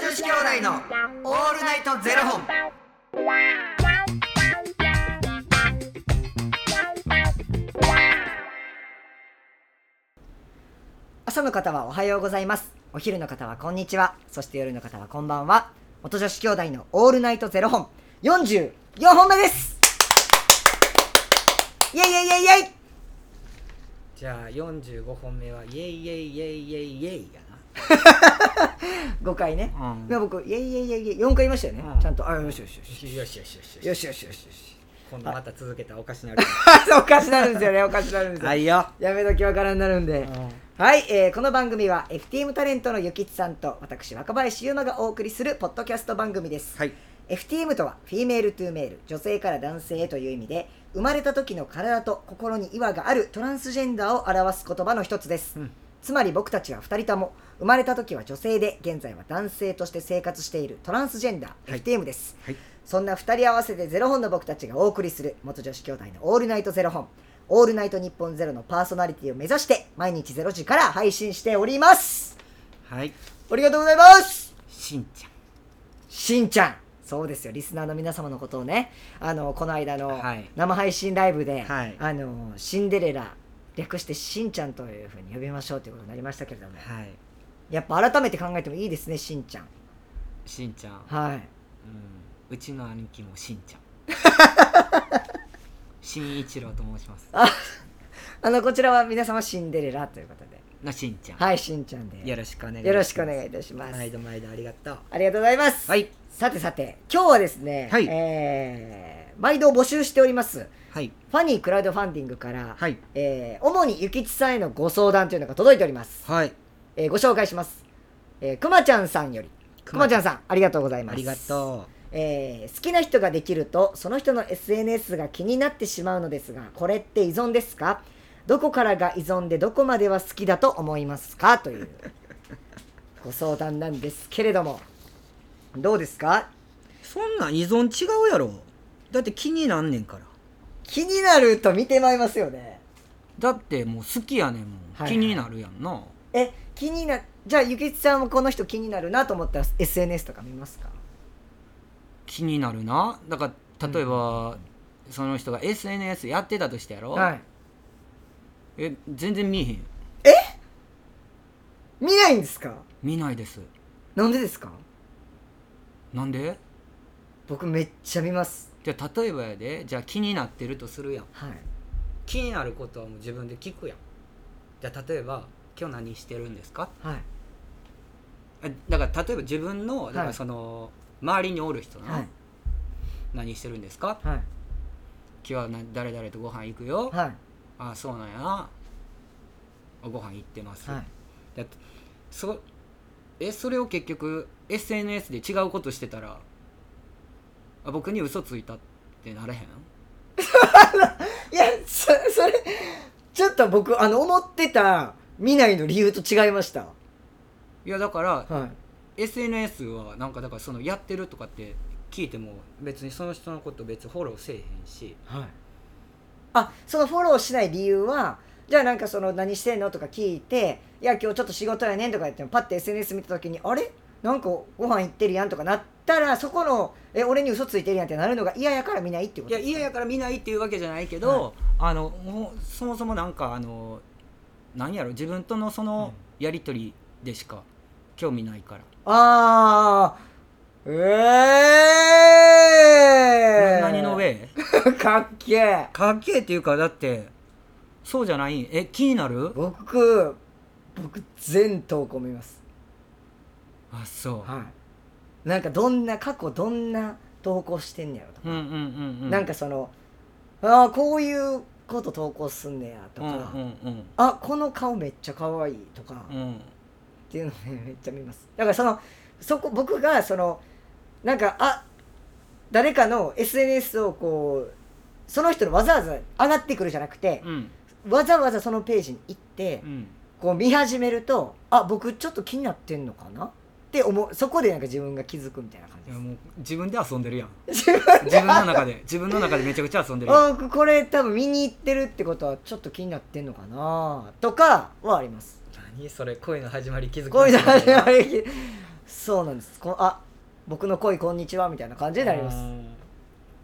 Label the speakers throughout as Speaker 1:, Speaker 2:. Speaker 1: 子兄弟のオールナイトゼロ本。
Speaker 2: 朝の方はおはようございますお昼の方はこんにちはそして夜の方はこんばんは元女子兄弟のオールナイトゼロ本44本目ですイェイイェイイェイイェイ
Speaker 1: じゃあ45本目はイエイイエイイエイイエイイエイや
Speaker 2: 5回ね、
Speaker 1: うん
Speaker 2: でも僕イェイイェイイェイイェイ4回言いましたよね、
Speaker 1: うん
Speaker 2: ちゃんとあよしよしよし
Speaker 1: な。よしよしよし
Speaker 2: よしよしよしよし
Speaker 1: 今度また続けたらおかしなる。
Speaker 2: おかしなるんですよねおかしなるんですよ、
Speaker 1: いよ。
Speaker 2: やめときわからんなるんで、はい、えーこの番組は FTM タレントのゆきちさんと私若林優馬がお送りするポッドキャスト番組です、
Speaker 1: はい。
Speaker 2: FTM とはフィメールトゥーメール女性から男性へという意味で生まれた時の体と心に違和があるトランスジェンダーを表す言葉の一つです、
Speaker 1: うん
Speaker 2: つまり僕たちは2人とも生まれた時は女性で現在は男性として生活しているトランスジェンダー、
Speaker 1: はい
Speaker 2: FTM です
Speaker 1: はい。
Speaker 2: そんな2人合わせてゼロ本の僕たちがお送りする元女子兄弟のオールナイトゼロ本オールナイト日本ゼロのパーソナリティを目指して毎日ゼロ時から配信しております
Speaker 1: はい。
Speaker 2: ありがとうございます
Speaker 1: しんち
Speaker 2: しんちゃんそうですよリスナーの皆様のことをねあのこの間の
Speaker 1: はい
Speaker 2: 生配信ライブで、
Speaker 1: はい
Speaker 2: あのシンデレラ略してしんちゃんというふうに呼びましょうということになりましたけれども
Speaker 1: ゃん。はい。
Speaker 2: やっぱ改めて考えてもいいですねしんちゃん
Speaker 1: しんちゃん。
Speaker 2: はい
Speaker 1: うん。うちの兄貴もしんち ゃん。しんいちろうと申します。
Speaker 2: あのこちらは皆様シンデレラということで
Speaker 1: のしんちゃん。
Speaker 2: はいしんちゃんで
Speaker 1: よろしくお願います
Speaker 2: よろしくお願いいたします
Speaker 1: 毎度毎度ありがとう。
Speaker 2: ありがとうございます、
Speaker 1: はい。
Speaker 2: さてさて今日はですね、
Speaker 1: はい
Speaker 2: えー毎度募集しております
Speaker 1: はい。
Speaker 2: ファニークラウドファンディングから、
Speaker 1: はい。
Speaker 2: えー主にゆきちさんへのご相談というのが届いております
Speaker 1: はい。
Speaker 2: えーご紹介します、えーくまちゃんさんよりくまちゃんさんありがとうございます
Speaker 1: ありがと
Speaker 2: えー好きな人ができるとその人の SNS が気になってしまうのですがこれって依存ですかどこからが依存でどこまでは好きだと思いますかというご相談なんですけれどもどうですか
Speaker 1: う。そんなん依存違うやろ。だって気になんねんから。
Speaker 2: 気になると見てまいりますよね
Speaker 1: だってもう好きやねんもん、
Speaker 2: はいはい
Speaker 1: 気になるやんな
Speaker 2: え気になじゃあゆきちさんもこの人気になるなと思ったら SNS とか見ますか
Speaker 1: 気になるなだから例えば、その人が SNS やってたとしてやろ、
Speaker 2: はい
Speaker 1: え全然見えへん
Speaker 2: 見ないんですか
Speaker 1: 見ないです
Speaker 2: なんでですか
Speaker 1: なんで
Speaker 2: 僕めっちゃ見ます
Speaker 1: じゃあ例えばやでじゃあ気になってるとするやん
Speaker 2: はい
Speaker 1: 気になることはもう自分で聞くやんじゃあ例えば「今日何してるんですか?
Speaker 2: はい」
Speaker 1: えだから例えば自分のだか
Speaker 2: は
Speaker 1: ら
Speaker 2: い
Speaker 1: その、周りにおる人の、
Speaker 2: はい
Speaker 1: 何してるんですか
Speaker 2: はい
Speaker 1: 今日はな誰々とご飯行くよ、
Speaker 2: はい
Speaker 1: ああそうなんやなあご飯行ってます、
Speaker 2: はい
Speaker 1: だってそえそれを結局 SNS で違うことしてたらあ僕に嘘ついたってなれへん
Speaker 2: いやそ それちょっと僕あの思ってた見ないの理由と違いました
Speaker 1: いやだから
Speaker 2: は
Speaker 1: SNS はなんかだからそのやってるとかって聞いても別にその人のこと別にフォローせえへんし
Speaker 2: いはいあそのフォローしない理由はじゃあなんかその何してんのとか聞いていや今日ちょっと仕事やねんとか言ってもパッて SNS 見た時にあれなんかご飯行ってるやんとかなったらそこのえ俺に嘘ついてるやんってなるのが嫌やから見ないってこ
Speaker 1: い
Speaker 2: と
Speaker 1: や
Speaker 2: ですか
Speaker 1: 嫌やから見ないっていうわけじゃないけど、あのもうそもそもなんかあのなんやろ自分とのそのやり取りでしか興味ないから、
Speaker 2: あーええー、
Speaker 1: な何の上
Speaker 2: かっけえ
Speaker 1: かっけえっていうかだってそうじゃないえ気になる
Speaker 2: 僕僕全投稿見ます
Speaker 1: あそう、
Speaker 2: はいなんかどんな過去どんな投稿してんねやろとか、
Speaker 1: うんうんうんうん
Speaker 2: なんかそのああこういうこと投稿すんねやと
Speaker 1: うん
Speaker 2: か、
Speaker 1: うん
Speaker 2: あこの顔めっちゃ可愛いとか、
Speaker 1: うんう
Speaker 2: っ
Speaker 1: ん
Speaker 2: ていうのねめっちゃ見ますだからそのそこ僕がそのなんかあ誰かの SNS をこうその人のわざわざ上がってくるじゃなくて、
Speaker 1: うん
Speaker 2: わざわざそのページに行って、
Speaker 1: うん
Speaker 2: こう見始めるとあ僕ちょっと気になってんのかなって思うそこでなんか自分が気づくみたいな感
Speaker 1: い
Speaker 2: じで
Speaker 1: や
Speaker 2: す
Speaker 1: もう自分で遊んでるやん
Speaker 2: 自分
Speaker 1: 自分の中で自分の中でめちゃくちゃ遊んでるやん
Speaker 2: あ僕これ多分見に行ってるってことはちょっと気になってんのかなとかはあります
Speaker 1: 何それ恋の始まり気づ
Speaker 2: こういうの
Speaker 1: な
Speaker 2: あ
Speaker 1: い
Speaker 2: れそうなんですこあ僕の恋こんにちはみたいな感じになります
Speaker 3: うん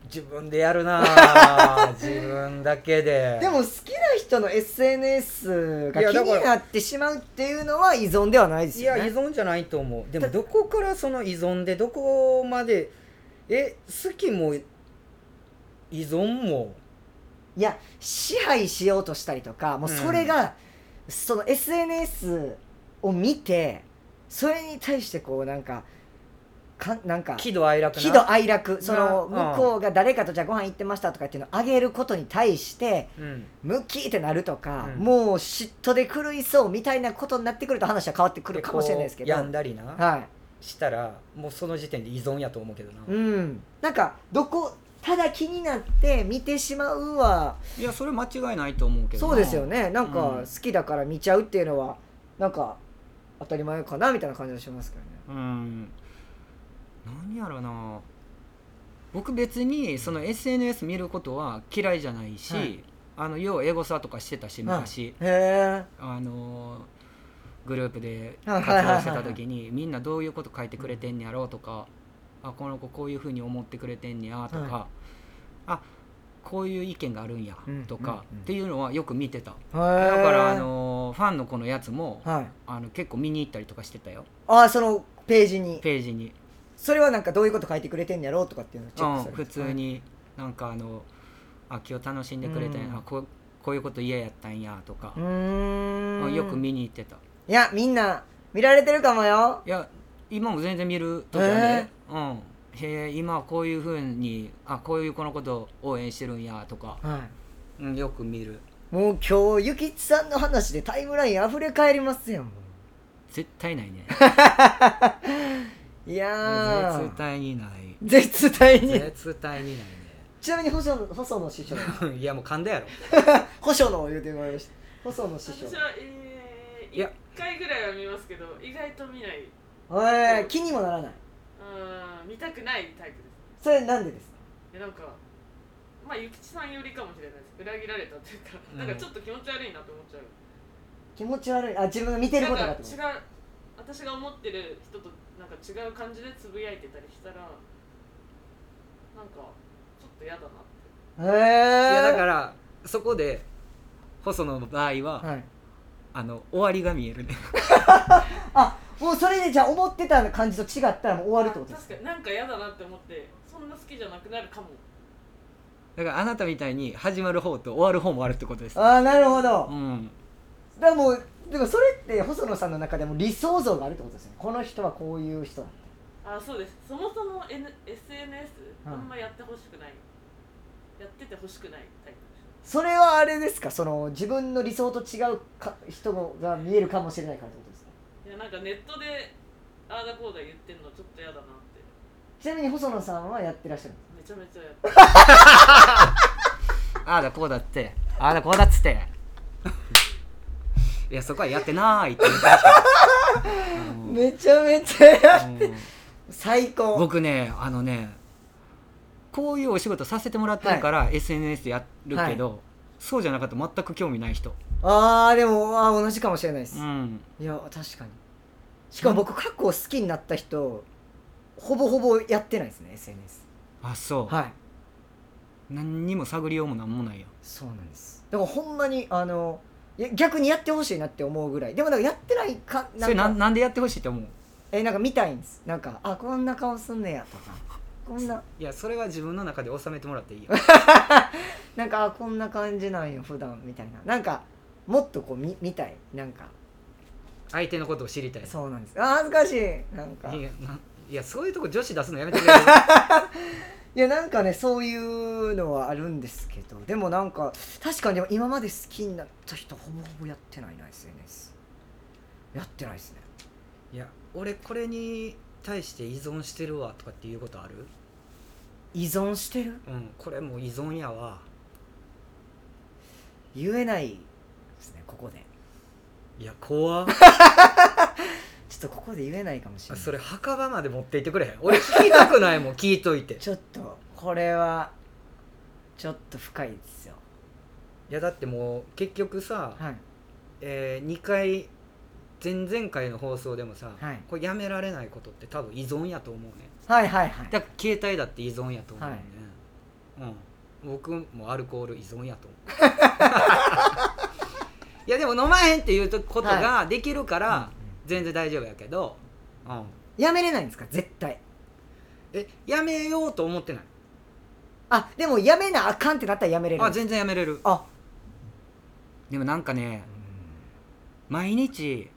Speaker 3: 自分でやるな ぁ自分だけで
Speaker 2: でも好きな人の SNS が
Speaker 3: いや
Speaker 2: 気
Speaker 3: だから
Speaker 2: になってしまうっていうのは依存ではないです
Speaker 3: い
Speaker 2: よ
Speaker 3: や依
Speaker 2: ね
Speaker 3: 存じゃないと思うでもどこからその依存でどこまでえ好きも依存も
Speaker 2: いや支配しようとしたりとかもうそれが、その SNS を見てそれに対してこうなんかかなんか
Speaker 3: 喜怒哀楽な
Speaker 2: 喜怒哀楽その
Speaker 3: な
Speaker 2: 向こうが誰かとじゃあご飯行ってましたとかっていうのをあげることに対して
Speaker 3: うん
Speaker 2: ムキってなるとか、
Speaker 3: うん
Speaker 2: もう嫉妬で狂いそうみたいなことになってくると話は変わってくるかもしれないですけ
Speaker 3: こ
Speaker 2: ど
Speaker 3: う病んだりな、
Speaker 2: はい
Speaker 3: したらもうその時点で依存やと思うけどな、
Speaker 2: うん、なんかどこただ気になって見てしまうはい
Speaker 1: やそれ間違いないと思うけどな
Speaker 2: そうですよねなんか
Speaker 1: うん
Speaker 2: 好きだから見ちゃうっていうのはなんか当たり前かなみたいな感じがしますけどね
Speaker 1: うん何やろな僕別にその SNS 見ることは嫌いじゃないし、
Speaker 2: はい
Speaker 1: あのよう英語さとかしてたし昔、
Speaker 2: へ
Speaker 1: あのグループで
Speaker 2: はい
Speaker 1: 活動
Speaker 2: はいはいはい
Speaker 1: してた時にみんなどういうこと書いてくれてんねやろうとかあこの子こういうふうに思ってくれてんねやとか、
Speaker 2: は
Speaker 1: あこういう意見があるんや
Speaker 3: うん
Speaker 1: とか、
Speaker 3: うんうん
Speaker 1: っていうのはよく見てた
Speaker 2: えだ
Speaker 1: だからあのファンの子のやつも
Speaker 2: はい
Speaker 1: あの結構見に行ったりとかしてたよ
Speaker 2: ああそのページに
Speaker 1: ページに、
Speaker 2: それはなんかどういうこと書いてくれてんやろうとかっていうのをチ
Speaker 1: う
Speaker 2: ェッ
Speaker 1: ん
Speaker 2: クす、る
Speaker 1: 普通になんかあのあ今日楽しんでくれたんや、
Speaker 2: うん
Speaker 1: あこうこういうこと嫌やったんやとか
Speaker 2: う、ー
Speaker 1: あ
Speaker 2: ん
Speaker 1: よく見に行ってた
Speaker 2: いやみんな見られてるかもよ
Speaker 1: いや今も全然見る時はね、うんへえ今はこういうふうにあこういう子のことを応援してるんやとか、
Speaker 2: は
Speaker 1: うん、よく見る
Speaker 2: いもう今日ゆきちさんの話でタイムライン溢れ返りますやんも
Speaker 1: 絶対ない ね
Speaker 2: ういやー
Speaker 1: 絶対 にない
Speaker 2: 絶対に
Speaker 3: 絶対にない
Speaker 2: ちなみに細野細野師匠
Speaker 3: ねいやもう噛んだやろ
Speaker 2: 細野を言うてもらいました細野師匠
Speaker 4: 私は、えー、
Speaker 1: いや
Speaker 4: 1回ぐらいは見ますけど意外と見ない
Speaker 2: ええ気にもならない
Speaker 4: うん見たくないタイプで
Speaker 2: それなんでですか
Speaker 4: すいやなんかまあ諭吉さんよりかもしれないです裏切られたというか、
Speaker 3: うん
Speaker 4: なんかちょっと気持ち悪いなと思っちゃう
Speaker 2: 気持ち悪いあ自分が見てることが
Speaker 4: な
Speaker 2: っ
Speaker 4: ん
Speaker 2: て
Speaker 4: か
Speaker 2: こ
Speaker 4: 違
Speaker 2: と
Speaker 4: う私が思ってる人となんか違う感じでつぶやいてたりしたらなんかちょっと嫌だなって
Speaker 2: へえ
Speaker 3: いやだかららそこで細野の場合は、
Speaker 2: はい
Speaker 1: あの終わりが見えるね
Speaker 2: あもうそれでじゃあ思ってた感じと違ったらもう終わるってことですか
Speaker 4: 確かになんか嫌だなって思ってそんな好きじゃなくなるかも
Speaker 1: だからあなたみたいに始まる方と終わる方もあるってことです
Speaker 2: ああなるほど、
Speaker 1: うん
Speaker 2: だからもうでもそれって細野さんの中でも理想像があるってことですよねこの人はこういう人だ
Speaker 4: あそうですそもそも、N、SNS
Speaker 2: うん
Speaker 4: あんまやってほしくない、やっててほしくないタイプです
Speaker 2: それはあれですかその自分の理想と違うか人が見えるかもしれないからってことですか
Speaker 4: いやなんかネットでああだこうだ言ってんのちょっと嫌だなって
Speaker 2: ちなみに細野さんはやってらっしゃるんですか
Speaker 4: めちゃめちゃやってる
Speaker 1: ああだこうだってああだこうだっつって いやそこはやってないって言ってましたうん
Speaker 2: めちゃめちゃや
Speaker 1: うん
Speaker 2: 最高
Speaker 1: 僕ねあのねこういうお仕事させてもらってるから、SNS やるけど、そうじゃなかったら全く興味ない人、
Speaker 2: あーでもあー同じかもしれないです、
Speaker 1: うん、
Speaker 2: いや確かにしかも僕過去好きになった人ほぼほぼやってないですね SNS
Speaker 1: あそう、
Speaker 2: はい
Speaker 1: 何にも探りようもなんもないよ
Speaker 2: そうなんですだからほんまにあのいや逆にやってほしいなって思うぐらいでもなんかやってないか
Speaker 1: そ
Speaker 2: な
Speaker 1: れ
Speaker 2: んか
Speaker 1: なんなんでやってほしいと思う
Speaker 2: えなんか見たいんですなんかあこんな顔すんねやとかこんない
Speaker 3: やそれは自分の中で収めてもらっていい よ
Speaker 2: なんかあこんな感じなんよ普段みたいななんかもっとこう見見たいなんか
Speaker 3: 相手のことを知りたい
Speaker 2: そうなんですあー恥ずかしいなんか
Speaker 3: いやないやそういうとこ女子出すのやめてくれる
Speaker 2: いやなんかねそういうのはあるんですけどでもなんか確かにでも今まで好きになった人ほぼほぼやってないな SNS やってないですね
Speaker 3: いや俺これに対して依存してるわとかっていうことある
Speaker 2: 依存してる
Speaker 3: うんこれもう依存やわ
Speaker 2: 言えないですねここで
Speaker 3: いや怖
Speaker 2: ちょっとここで言えないかもしれな い
Speaker 3: それ墓場まで持っていってくれへん俺聞きたくないもん聞いとい てい
Speaker 2: ちょっとこれはちょっと深いですよ
Speaker 3: やだってもう結局さ、
Speaker 2: はい
Speaker 3: え2回前々回の放送でもさ、
Speaker 2: はい
Speaker 3: これやめられないことって多分依存やと思うね
Speaker 2: はいはいはい
Speaker 3: だから携帯だって依存やと思うね、うん、僕もアルコール依存やと思う いやでも飲まへんっていうことができるから全然大丈夫やけど、うん、
Speaker 2: やめれないんですか絶対
Speaker 3: えやめようと思ってない
Speaker 2: あでもやめなあかんってなったらやめれる
Speaker 3: あ全然やめれる
Speaker 2: あ
Speaker 1: でもなんかね毎日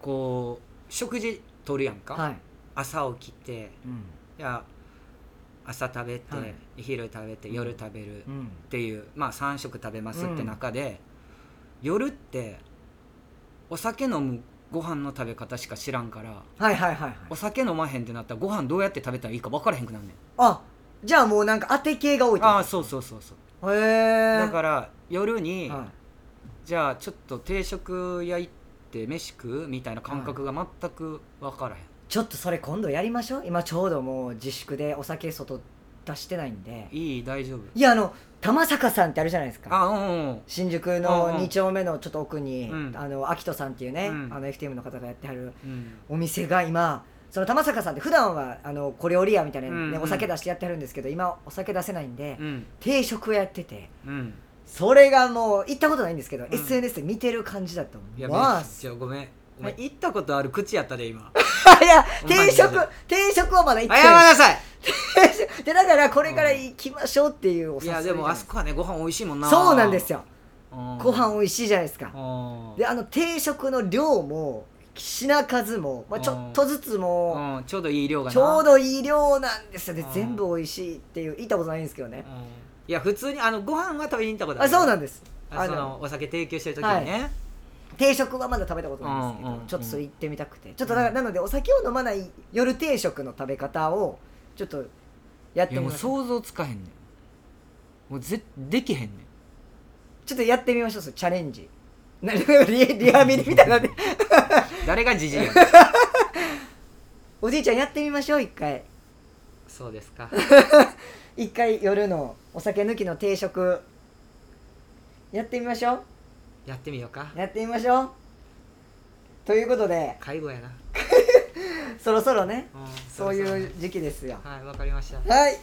Speaker 1: こう食事とるやんか、
Speaker 2: はい、
Speaker 3: 朝起きて
Speaker 2: うん
Speaker 3: いや朝食べて、
Speaker 2: はい
Speaker 3: 昼食べて夜食べるっ
Speaker 2: うん、
Speaker 1: っていうまあ3食食べますって中で、夜ってお酒飲むご飯の食べ方しか知らんから
Speaker 2: はいはいはいはい
Speaker 1: お酒飲まへんってなったらご飯どうやって食べたらいいか分からへんくなんねん
Speaker 2: あじゃあもうなんか当て系が多いってこと
Speaker 1: ああそうそうそうそう
Speaker 2: へえ
Speaker 1: だから夜に、
Speaker 2: は
Speaker 1: じゃあちょっと定食屋行って飯食うみたいな感覚が全く分からへん、
Speaker 2: い、ちょっとそれ今度やりましょう今ちょうどもう自粛でお酒外出してないんで
Speaker 1: い、い大丈夫
Speaker 2: いやあの玉坂さんってあるじゃないですか
Speaker 1: あうんうんうん
Speaker 2: 新宿
Speaker 1: うん
Speaker 2: の
Speaker 1: うん
Speaker 2: 2丁目のちょっと奥に、
Speaker 1: うん
Speaker 2: あのアキトさんっていうね、
Speaker 1: うん
Speaker 2: あの FTM の方がやってはる
Speaker 1: うん
Speaker 2: お店が今その玉坂さんって普段はあの小料理屋みたいな、ね
Speaker 1: うんうん
Speaker 2: お酒出してやってはるんですけど今お酒出せないんで、
Speaker 1: うん
Speaker 2: 定食をやってて
Speaker 1: うん
Speaker 2: それがもう行ったことないんですけど、
Speaker 1: ん
Speaker 2: SNS で見てる感じだと思
Speaker 1: い
Speaker 2: い
Speaker 1: や
Speaker 2: ま
Speaker 1: めっ
Speaker 2: す
Speaker 1: ちゃごめんお前行ったことある口やったで今
Speaker 2: いや
Speaker 1: ほんまに
Speaker 2: 定食定食をまだ行って
Speaker 1: 謝り
Speaker 2: ない
Speaker 1: なさい
Speaker 2: でだからこれから行きましょうっていうお
Speaker 1: い
Speaker 2: 誘い
Speaker 1: やでも
Speaker 2: なん
Speaker 1: あ
Speaker 2: です
Speaker 1: そこはねご飯美味しいもんな
Speaker 2: そうなんですよ
Speaker 1: うん
Speaker 2: ご飯美味しいじゃないですか
Speaker 1: うん
Speaker 2: であの定食の量も品数も、まあ、ちょっとずつも
Speaker 1: うんちょうどいい量がな
Speaker 2: ちょうどいい量なんですよで
Speaker 1: うん
Speaker 2: 全部美味しいっていう行ったことないんですけどね
Speaker 1: うんいや普通にあのご飯は食べに行ったこと
Speaker 2: あそうなんんです
Speaker 1: あ
Speaker 2: あ
Speaker 1: そ
Speaker 2: の
Speaker 1: のお酒提供してる時にね
Speaker 2: 定食はまだ食べたことないんですけど、
Speaker 1: うんうんうん
Speaker 2: ちょっとそれ行ってみたくてちょっとだからなのでお酒を飲まない夜定食の食べ方をちょっとやっ
Speaker 1: い
Speaker 2: て
Speaker 1: や
Speaker 2: み
Speaker 1: も
Speaker 2: ま
Speaker 1: う
Speaker 2: しょう
Speaker 1: 想像つかへんねんもうぜできへんねん
Speaker 2: ちょっとやってみましょうそれチャレンジ なリリハビリみたいなんで
Speaker 1: 誰がじじいやね ん
Speaker 2: おじいちゃんやってみましょう一回
Speaker 3: そうですか
Speaker 2: 一回夜のお酒抜きの定食やってみましょ
Speaker 3: やってみようか
Speaker 2: うやってみましょうということで
Speaker 3: 介護やな、
Speaker 2: そろそろね
Speaker 3: うん
Speaker 2: そう
Speaker 3: ろろ
Speaker 2: い
Speaker 3: ね
Speaker 2: う時期ですよ
Speaker 3: はいわかりました
Speaker 2: はい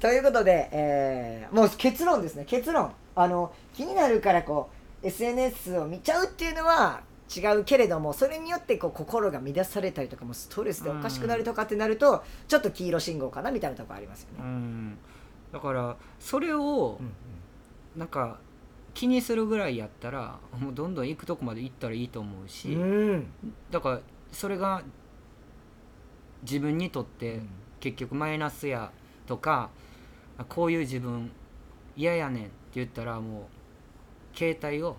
Speaker 2: ということで、えーもう結論ですね結論あの気になるからこう SNS を見ちゃうっていうのは違うけれどもそれによってこう心が乱されたりとかもうストレスでおかしくなるとかってなるとちょっと黄色信号かなみたいなとこありますよ
Speaker 1: う
Speaker 2: ね、
Speaker 1: んだからそれをなんか気にするぐらいやったらもうどんどん行くとこまで行ったらいいと思うし、
Speaker 2: うん
Speaker 1: だからそれが自分にとって
Speaker 2: ん
Speaker 1: 結局マイナスやとか、あこういう自分嫌やねんって言ったらもう携帯を、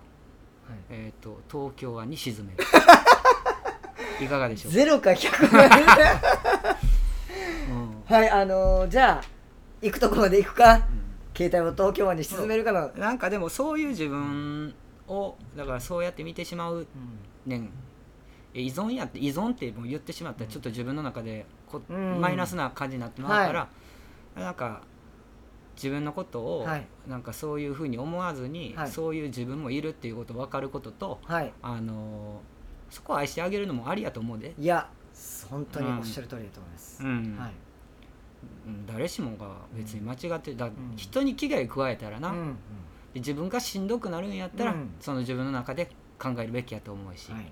Speaker 1: えー、と東京湾に沈め るいかがでしょうか、
Speaker 2: ゼロか100ま で
Speaker 1: うん
Speaker 2: はいあのーじゃあ行くとこまで行くか携帯を東京湾に沈めるかの、
Speaker 1: うんなんかでもそういう自分をだからそうやって見てしまうねんえ依存やって依存ってもう言ってしまったらちょっと自分の中でこ、
Speaker 2: うん
Speaker 1: マイナスな感じになってまうから、なんか自分のことを、
Speaker 2: はい
Speaker 1: なんかそういうふうに思わずに、
Speaker 2: はい
Speaker 1: そういう自分もいるっていうことを分かることと、
Speaker 2: はい
Speaker 1: あのーそこを愛してあげるのもありやと思うで、
Speaker 2: いや本当におっしゃる通りだと思います、
Speaker 1: うん
Speaker 2: はい、
Speaker 1: うん誰しもが別に間違ってだ、
Speaker 2: ん
Speaker 1: 人に危害加えたらな、
Speaker 2: うん
Speaker 1: で
Speaker 2: うん
Speaker 1: 自分がしんどくなるんやったら、
Speaker 2: うん
Speaker 1: その自分の中で考えるべきやと思うし、
Speaker 2: はい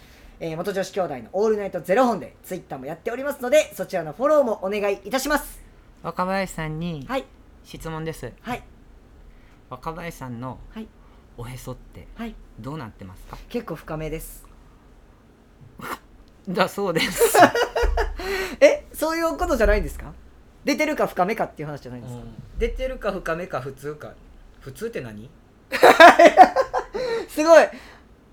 Speaker 2: えー元女子兄弟のオールナイトゼロ本でツイッターもやっておりますのでそちらのフォローもお願いいたします
Speaker 1: 若林さんに
Speaker 2: はい
Speaker 1: 質問です、
Speaker 2: はい
Speaker 1: 若林さんの
Speaker 2: はい
Speaker 1: おへそって
Speaker 2: はい
Speaker 1: どうなってますか
Speaker 2: 結構深めです
Speaker 1: だそうです
Speaker 2: えそういうことじゃないんですか出てるか深めかっていう話じゃないんですか、
Speaker 3: 出てるか深めか普通か普通って何
Speaker 2: すごい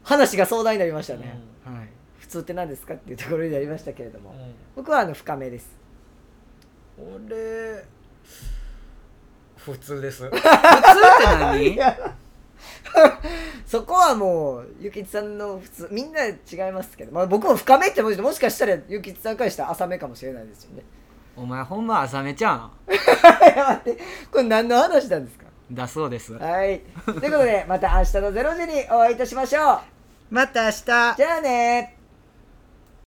Speaker 2: 話が壮大になりましたね、はい普普通って何ですかっていうところになりましたけれども、
Speaker 3: う
Speaker 2: 僕はあの深めです
Speaker 3: ん、俺普通です
Speaker 1: 普通って何
Speaker 2: そこはもうゆきちさんの普通みんな違いますけど、まあ、僕も深めって文字でもしかしたらゆきちさんからしたら浅めかもしれないですよね
Speaker 1: お前ほんま浅めちゃん
Speaker 2: いや待ってこれ何の話なんですか
Speaker 1: だそうです
Speaker 2: はいということでまた明日の『ゼロ時にお会いいたしましょう
Speaker 3: また明日
Speaker 2: じゃあね